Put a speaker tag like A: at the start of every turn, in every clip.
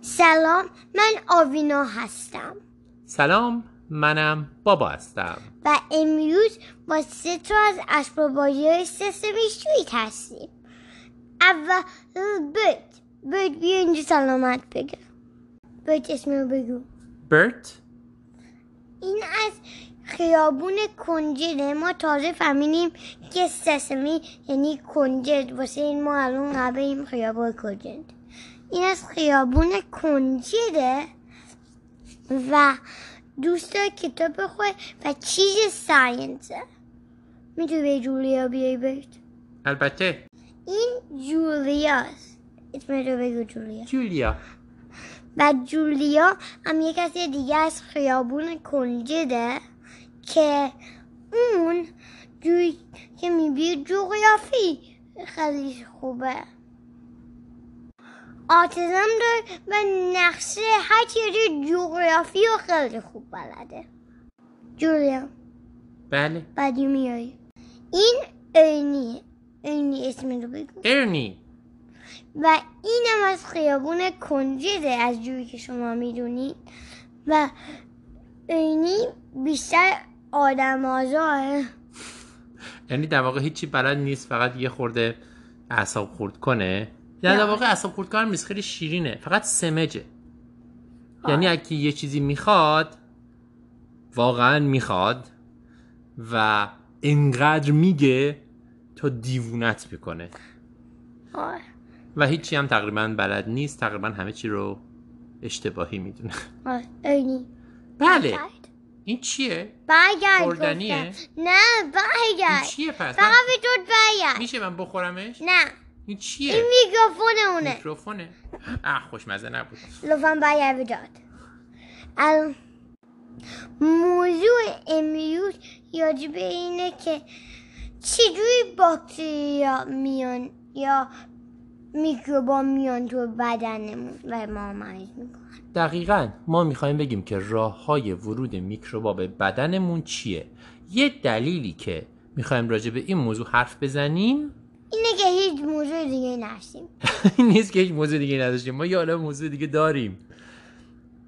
A: سلام من آوینا هستم
B: سلام منم بابا هستم
A: و امروز با سه تا از اسبابازی سسم استریت هستیم اول برد برد بیا اینجا سلامت بگم برد اسم رو بگو
B: برت
A: این از خیابون کنجده ما تازه فهمیدیم که سسمی یعنی کنجد واسه این ما الان قبل این خیابون کنجد این از خیابون کنجده و دوست داره کتاب بخوره و چیز ساینسه میتونی به جولیا بیای برد
B: البته
A: این جولیاست اسم رو بگو جولیا
B: جولیا
A: و جولیا هم یه کسی دیگه از خیابون کنجده که اون جوی که میبینی جغرافی خیلی خوبه آتزم داره و نقشه هر چیزی جغرافی رو خیلی خوب بلده جولیا
B: بله
A: بعدی میای این اینی اینی اسم رو بگو
B: ارنی
A: و اینم از خیابون کنجده از جوری که شما میدونید و اینی بیشتر آدم آزاره
B: ارنی در واقع هیچی بلد نیست فقط یه خورده اعصاب خورد کنه نه در
A: نه.
B: واقع اعصاب خورد کنم نیست خیلی شیرینه فقط سمجه یعنی اگه یه چیزی میخواد واقعا میخواد و انقدر میگه تا دیوونت میکنه
A: آره.
B: و هیچی هم تقریبا بلد نیست تقریبا همه چی رو اشتباهی میدونه
A: آره. اینی
B: بله این چیه؟
A: برگرد
B: خوردنیه؟
A: گفتم. نه
B: این
A: برگرد
B: چیه پس؟ من-
A: فقط به تو برگرد
B: میشه من بخورمش؟
A: نه
B: این چیه؟
A: این میکروفون اونه
B: میکروفونه اه خوشمزه نبود
A: لطفا برگرد به جات الان موضوع امروز یاجبه اینه که چجوری باکتریا میان یا میکروبا میان تو بدنمون و ما مریض میکنن
B: دقیقا ما میخوایم بگیم که راه های ورود میکروبا به بدنمون چیه یه دلیلی که میخوایم راجع به این موضوع حرف بزنیم
A: اینه که هیچ موضوع دیگه نشیم
B: این نیست که هیچ موضوع دیگه نداشتیم ما یه عالم موضوع دیگه داریم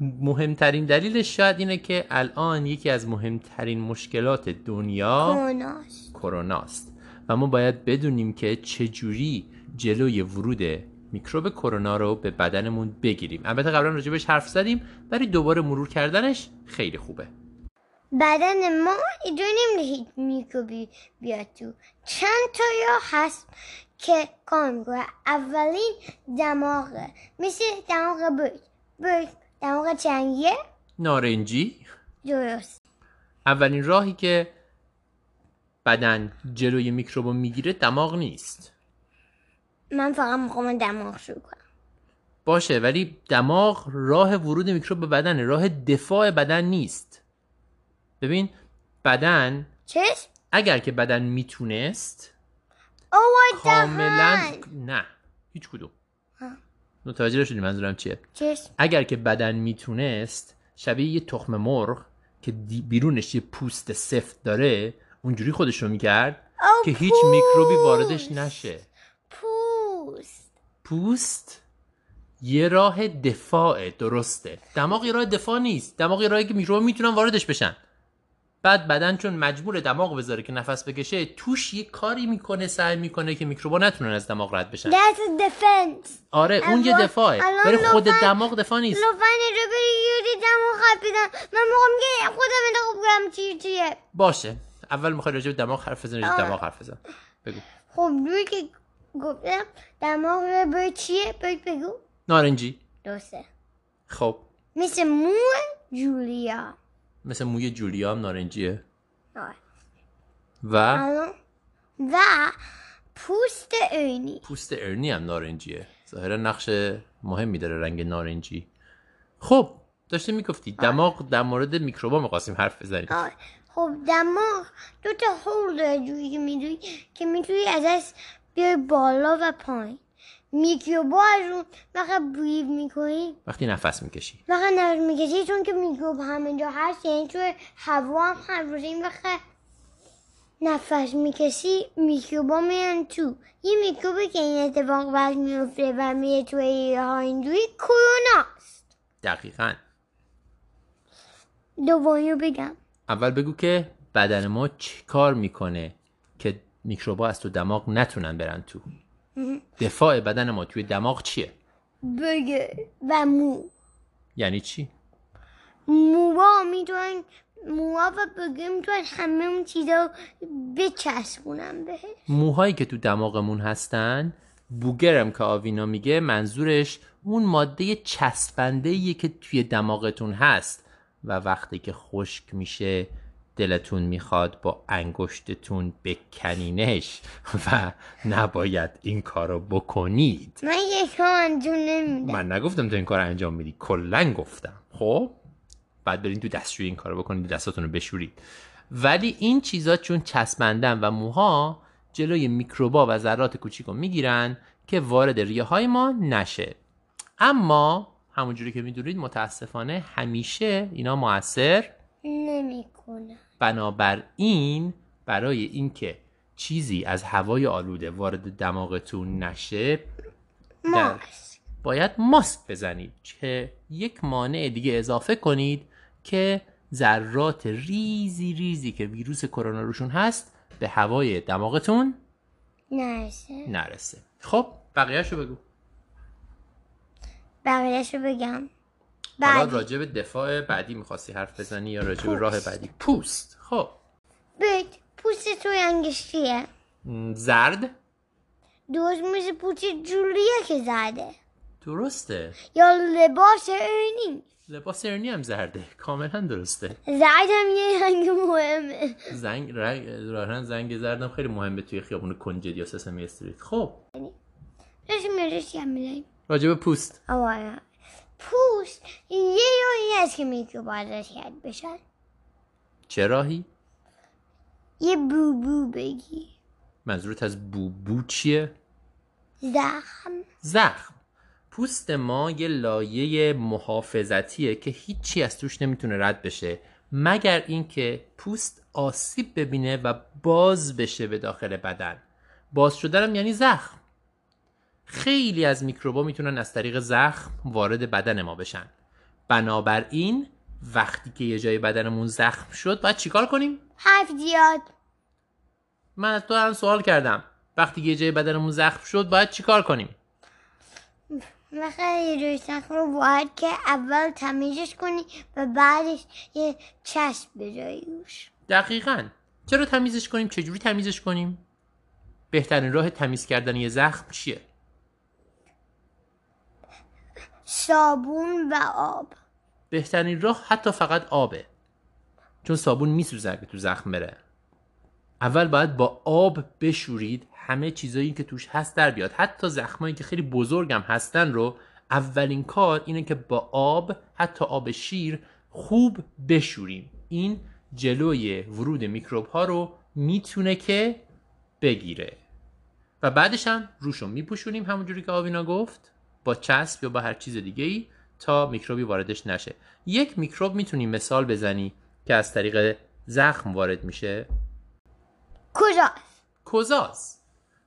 B: مهمترین دلیلش شاید اینه که الان یکی از مهمترین مشکلات
A: خب.
B: دنیا
A: کوناست
B: کروناست و ما باید بدونیم که چجوری جلوی ورود میکروب کرونا رو به بدنمون بگیریم البته قبلا راجبش حرف زدیم ولی دوباره مرور کردنش خیلی خوبه
A: بدن ما اینجوری نمیده هیچ میکروبی بیاد تو چند تا یا هست که کار میکنه اولین دماغه مثل دماغ برگ برگ دماغ چنگیه
B: نارنجی
A: درست
B: اولین راهی که بدن جلوی میکروب رو میگیره دماغ نیست
A: من فقط میخوام دماغ شروع کنم
B: باشه ولی دماغ راه ورود میکروب به بدنه راه دفاع بدن نیست ببین بدن
A: چشم
B: اگر که بدن میتونست
A: او وای
B: کاملا
A: دهان
B: نه هیچ کدوم
A: ها.
B: متوجه شدی منظورم چیه
A: چشم
B: اگر که بدن میتونست شبیه یه تخم مرغ که دی- بیرونش یه پوست سفت داره اونجوری خودش رو میکرد
A: او
B: که هیچ
A: پوست.
B: میکروبی واردش نشه
A: پوست
B: پوست یه راه دفاعه درسته دماغ یه راه دفاع نیست دماغ یه راهی که میکروب میتونن واردش بشن بعد بدن چون مجبور دماغ بذاره که نفس بکشه توش یه کاری میکنه سعی میکنه که میکروبا نتونن از دماغ رد بشن
A: That's a defense
B: آره اون یه
A: الان-
B: دفاعه
A: الان
B: ولی خود
A: لطفاً-
B: دماغ دفاع نیست
A: لطفا اینجا بری یه دماغ خط بدم من میخوام که خودم انتخاب کنم چی چیه
B: باشه اول میخوای راجع به دماغ حرف بزنی راجع به
A: آره.
B: دماغ حرف بزن بگو
A: خب جوری که گفتم دماغ به چیه بهت بگو
B: نارنجی
A: درسته
B: خب
A: مثل مو جولیا
B: مثل موی جولیا هم نارنجیه
A: آره.
B: و
A: الان و پوست اینی
B: پوست ارنی هم نارنجیه ظاهرا نقش مهمی داره رنگ نارنجی خب داشتی میگفتی دماغ در مورد میکروبا میخواستیم حرف بزنیم
A: آره. خب دماغ دو تا هول داره جوری که میدونی که میتونی ازش بیای بالا و پایین میکروبا از اون وقت بریف میکنی
B: وقتی نفس میکشی
A: وقت نفس میکشی خب چون که میکروب همه جا هست یعنی توی هوا هم هر روز این وقت نفس میکشی میکروبا میان تو یه میکروبی که این اتفاق بعد میفته و میره توی ها اینجوری کروناست
B: دقیقا
A: دومی رو بگم
B: اول بگو که بدن ما چی کار میکنه که میکروبا از تو دماغ نتونن برن تو دفاع بدن ما توی دماغ چیه
A: بگه و مو
B: یعنی چی
A: موها میتونن موها و بگه میتونن همه اون چیزا رو بچسبونن بهش
B: موهایی که تو دماغمون هستن بوگرم که آوینا میگه منظورش اون ماده چسبنده که توی دماغتون هست و وقتی که خشک میشه دلتون میخواد با انگشتتون بکنینش و نباید این کارو بکنید
A: من یک انجام نمیدم
B: من نگفتم تو این کار انجام میدی کلا گفتم خب بعد برین تو دستشویی این کارو بکنید دستاتون رو بشورید ولی این چیزا چون چسبندن و موها جلوی میکروبا و ذرات کوچیک رو میگیرن که وارد ریه های ما نشه اما همونجوری که میدونید متاسفانه همیشه اینا موثر
A: نمیکنم
B: بنابراین برای اینکه چیزی از هوای آلوده وارد دماغتون نشه در-
A: ماسک
B: باید ماسک بزنید که یک مانع دیگه اضافه کنید که ذرات ریزی ریزی که ویروس کرونا روشون هست به هوای دماغتون
A: نرسه
B: نرسه خب بقیهشو بگو
A: بقیهش رو بگم
B: حالا
A: بعد
B: راجع به دفاع بعدی میخواستی حرف بزنی یا راجع به راه
A: پوست.
B: بعدی پوست خب
A: بد پوست توی انگشتیه
B: م، زرد
A: درست مثل پوست جولیه که زده
B: درسته
A: یا لباس اونی
B: لباس ارنی هم زرده کاملا درسته
A: زدم یه رنگ مهمه
B: زنگ رنگ راهن زنگ زردم خیلی مهمه توی خیابون کنجد یا سسمی استریت خب
A: رسم رسم میلیم
B: راجع به پوست
A: آوارا پوست یه راهی هست که میکروب ازش کرد بشن
B: چه راهی
A: یه بو بو بگی
B: منظورت از بو بو چیه
A: زخم
B: زخم پوست ما یه لایه محافظتیه که هیچی از توش نمیتونه رد بشه مگر اینکه پوست آسیب ببینه و باز بشه به داخل بدن باز شدنم یعنی زخم خیلی از میکروبا میتونن از طریق زخم وارد بدن ما بشن بنابراین وقتی که یه جای بدنمون زخم شد باید چیکار کنیم
A: حرف زیاد
B: من از تو الان سوال کردم وقتی که یه جای بدنمون زخم شد باید چیکار کنیم
A: مثلا یه روی سخم رو باید که اول تمیزش کنی و بعدش یه چسب بذاری روش
B: دقیقا چرا تمیزش کنیم چجوری تمیزش کنیم بهترین راه تمیز کردن یه زخم چیه
A: صابون و آب
B: بهترین راه حتی فقط آبه چون صابون میسوزه اگه تو زخم بره اول باید با آب بشورید همه چیزایی که توش هست در بیاد حتی زخمایی که خیلی بزرگم هستن رو اولین کار اینه که با آب حتی آب شیر خوب بشوریم این جلوی ورود میکروب ها رو میتونه که بگیره و بعدش هم روش رو میپوشونیم همونجوری که آوینا گفت با چسب یا با هر چیز دیگه ای تا میکروبی واردش نشه یک میکروب میتونی مثال بزنی که از طریق زخم وارد میشه
A: کجا
B: کوزاز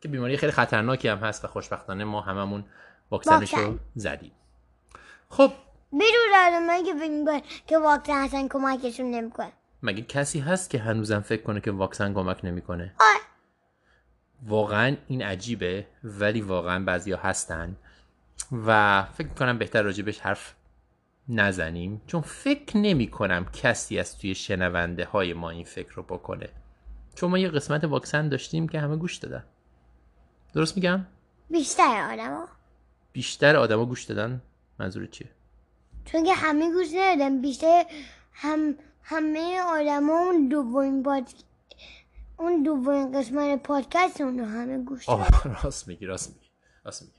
B: که بیماری خیلی خطرناکی هم هست و خوشبختانه ما هممون واکسنش رو
A: واکسن.
B: زدیم خب
A: بدون آدمایی که فکر می‌کنن که واکسن اصلا کمکشون نمیکنه
B: مگه کسی هست که هنوزم فکر کنه که واکسن کمک نمیکنه
A: آره.
B: واقعا این عجیبه ولی واقعا بعضیا هستن و فکر کنم بهتر راجبش حرف نزنیم چون فکر نمی کنم کسی از توی شنونده های ما این فکر رو بکنه چون ما یه قسمت واکسن داشتیم که همه گوش دادن درست میگم
A: بیشتر آدما
B: بیشتر آدما گوش دادن منظور چیه
A: چون که همه گوش ندادن بیشتر هم همه آدما اون دومین پاد اون دومین قسمت پادکست اون رو همه گوش دادن
B: آه راست میگی راست میگی راست میگی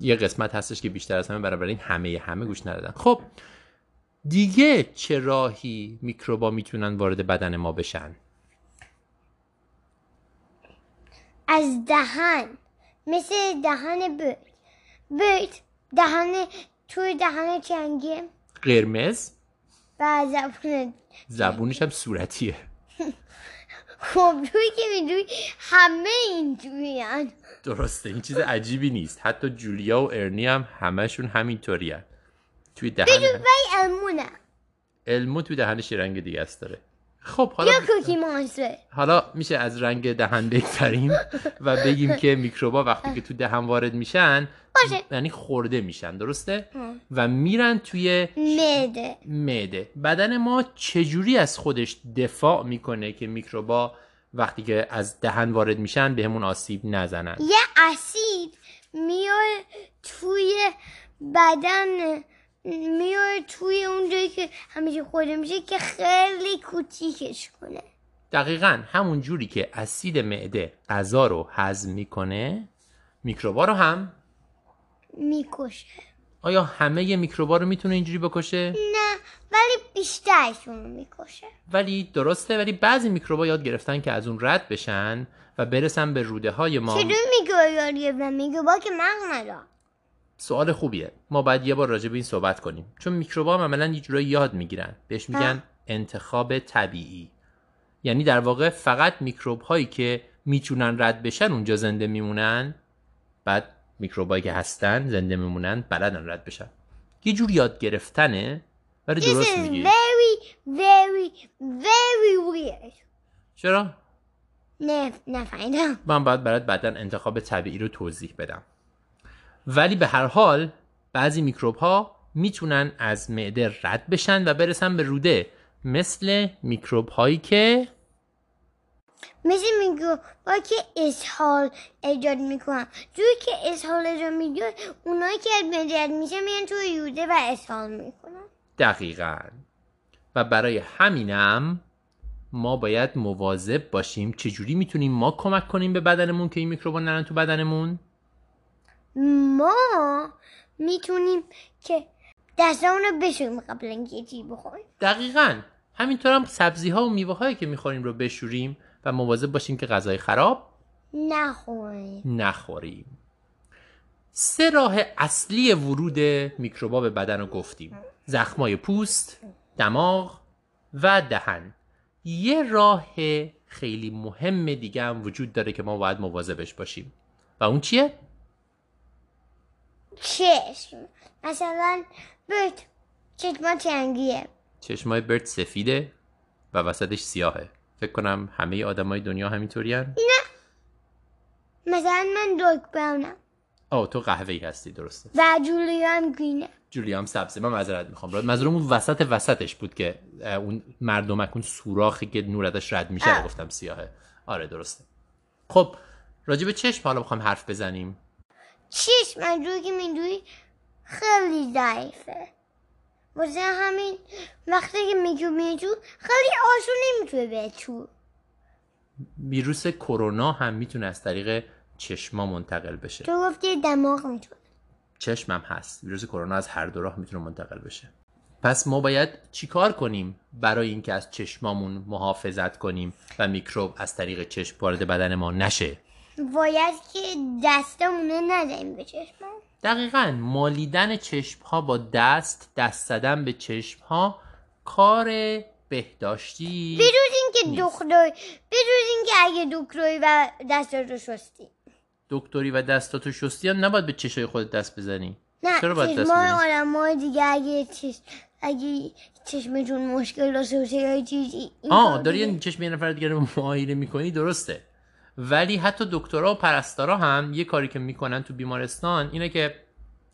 B: یه قسمت هستش که بیشتر از همه برابر این همه همه گوش ندادن خب دیگه چه راهی میکروبا میتونن وارد بدن ما بشن
A: از دهن مثل دهن برد برد دهن توی دهن چنگه
B: قرمز
A: و زبون
B: زبونش هم صورتیه
A: خب روی که میدوی همه اینجوری هن
B: درسته این چیز عجیبی نیست حتی جولیا و ارنی هم همشون همینطوری توی دهن
A: وی المونه
B: المو توی دهنش یه رنگ دیگه است داره خب حالا
A: یا کوکی مانستر
B: حالا میشه از رنگ دهن بگذریم و بگیم که میکروبا وقتی که تو دهن وارد میشن
A: باشه.
B: یعنی خورده میشن درسته
A: ام.
B: و میرن توی
A: مده
B: معده بدن ما چجوری از خودش دفاع میکنه که میکروبا وقتی که از دهن وارد میشن به همون آسیب نزنن
A: یه اسید میاد توی بدن میاد توی اونجایی که همیشه خورده میشه که خیلی کوچیکش کنه
B: دقیقا همون جوری که اسید معده غذا رو هضم میکنه میکروبا رو هم
A: میکشه
B: آیا همه میکروبا رو میتونه اینجوری بکشه؟
A: نه ولی بیشترشون رو میکشه
B: ولی درسته ولی بعضی میکروبا یاد گرفتن که از اون رد بشن و برسن به روده های ما
A: چطور میگه یاریه و میگه با که مغز ندارم
B: سوال خوبیه ما باید یه بار راجع به این صحبت کنیم چون میکروبا هم عملا یه جورایی یاد میگیرن بهش میگن
A: ها.
B: انتخاب طبیعی یعنی در واقع فقط میکروب هایی که میتونن رد بشن اونجا زنده میمونن بعد میکروبایی که هستن زنده میمونن بلدن رد بشن یه جور یاد گرفتنه ولی
A: This
B: درست
A: is
B: میگی
A: very very very weird
B: چرا
A: نه نفهمیدم
B: من باید برات بعدا انتخاب طبیعی رو توضیح بدم ولی به هر حال بعضی میکروب ها میتونن از معده رد بشن و برسن به روده مثل میکروب هایی که
A: مثل میگو با که اسهال ایجاد میکنم جوری که اسهال ایجاد میگه اونایی که مدرد میشه میان تو یوده و اسهال میکنن
B: دقیقا و برای همینم ما باید مواظب باشیم چجوری میتونیم ما کمک کنیم به بدنمون که این میکروب ها نرن تو بدنمون
A: ما میتونیم که دستامون رو بشوریم قبل اینکه چی بخوریم
B: دقیقا همینطور هم سبزی ها و میوه هایی که میخوریم رو بشوریم و مواظب باشیم که غذای خراب
A: نخوریم
B: نخوریم سه راه اصلی ورود میکروبا به بدن رو گفتیم زخمای پوست، دماغ و دهن یه راه خیلی مهم دیگه هم وجود داره که ما باید مواظبش باشیم و اون چیه؟
A: چشم مثلا برد چشما چنگیه
B: چشمای برد سفیده و وسطش سیاهه فکر کنم همه آدمای دنیا همینطوری
A: مثلا من دارک براونم
B: آه تو قهوه‌ای هستی درسته
A: و جولیا هم گرینه
B: جولیام سبزه من معذرت میخوام راد منظورم اون وسط وسطش بود که اه، اون مردمک اون سوراخی که نور ازش رد میشه رو
A: آه.
B: گفتم سیاهه آره درسته خب راجع به چشم حالا بخوام حرف بزنیم
A: چشم از جوری که میدوی خیلی ضعیفه واسه همین وقتی که میجو میجو خیلی آسون نمیتونه به تو
B: ویروس کرونا هم میتونه از طریق چشما منتقل بشه
A: تو گفتی دماغ میتونه
B: چشمم هست ویروس کرونا از هر دو راه میتونه منتقل بشه پس ما باید چیکار کنیم برای اینکه از چشمامون محافظت کنیم و میکروب از طریق چشم وارد بدن ما نشه
A: باید که دستمونه نزنیم به چشمم
B: دقیقا مالیدن چشم ها با دست دست زدن به چشم ها کار بهداشتی
A: بجز اینکه دکتر بجز اینکه اگه دکتری و دستت رو شستی
B: دکتری و دستاتو شستی هم نباید به چشای خودت دست بزنی
A: نه
B: چرا باید دست
A: چشمای
B: بزنی؟
A: آدمای دیگه اگه چش... اگه چشمتون مشکل داشته باشه یا چیزی این
B: آه
A: کار
B: داری
A: دیگه.
B: یعنی چشم یه نفر دیگر رو معاینه میکنی درسته ولی حتی دکترها و پرستارا هم یه کاری که میکنن تو بیمارستان اینه که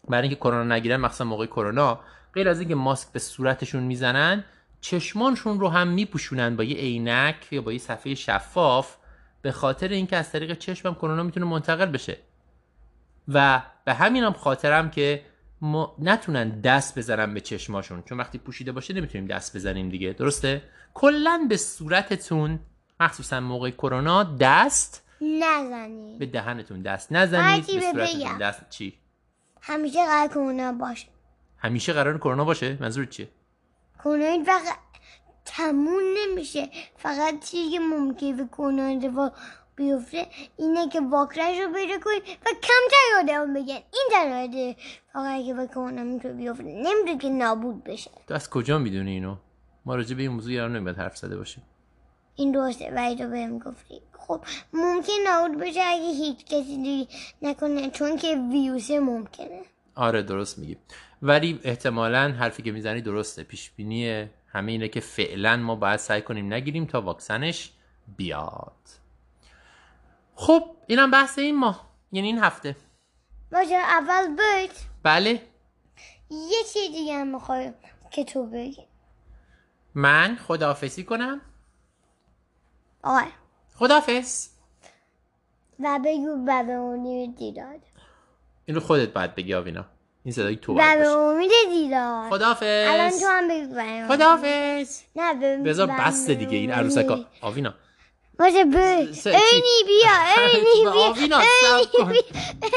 B: برای اینکه کرونا نگیرن مخصوصا موقع کرونا غیر از اینکه ماسک به صورتشون میزنن چشمانشون رو هم میپوشونن با یه عینک یا با یه صفحه شفاف به خاطر اینکه از طریق چشمم کرونا میتونه منتقل بشه و به همین هم خاطرم که ما نتونن دست بزنن به چشماشون چون وقتی پوشیده باشه نمیتونیم دست بزنیم دیگه درسته کلا به صورتتون مخصوصا موقع کرونا دست
A: نزنی
B: به دهنتون دست نزنید
A: هرچی
B: به
A: به
B: صورتتون
A: بگم.
B: دست چی
A: همیشه قرار کرونا باشه
B: همیشه قرار کرونا باشه منظور چیه
A: کرونا هیچ وقت تموم نمیشه فقط چیزی که ممکنه به کرونا اتفاق بیفته اینه که واکنش رو پیدا کنیم و کمتر آدم بگن این تنها فقط که به کرونا میتونه بیفته نمیتونه که نابود بشه
B: تو از کجا میدونی اینو ما راجع به این موضوع یارو نمیاد حرف زده باشیم
A: این درسته ولی تو بهم گفتی خب ممکن نابود بشه اگه هیچ کسی دیگه نکنه چون که ویروس ممکنه
B: آره درست میگی ولی احتمالا حرفی که میزنی درسته پیش بینی همه اینه که فعلا ما باید سعی کنیم نگیریم تا واکسنش بیاد خب اینم بحث این ماه یعنی این هفته
A: باشه اول برد
B: بله
A: یه چیز دیگه هم میخوایم که تو بگی
B: من خداحافظی کنم
A: آره
B: خداحافظ
A: و بگو و به امید دیدار
B: این رو خودت باید بگی آوینا این صدای تو
A: و
B: باید
A: به
B: باشه
A: امید دیدار بله. الان
B: خداحافظ
A: تو هم بگو و به امید.
B: خداحافظ
A: نه به
B: بذار
A: و به
B: بس دیگه این
A: امید.
B: عروسکا آوینا
A: باشه برد
B: س- چی؟
A: اینی بیا اینی
B: آوینا
A: بیا
B: صبر کن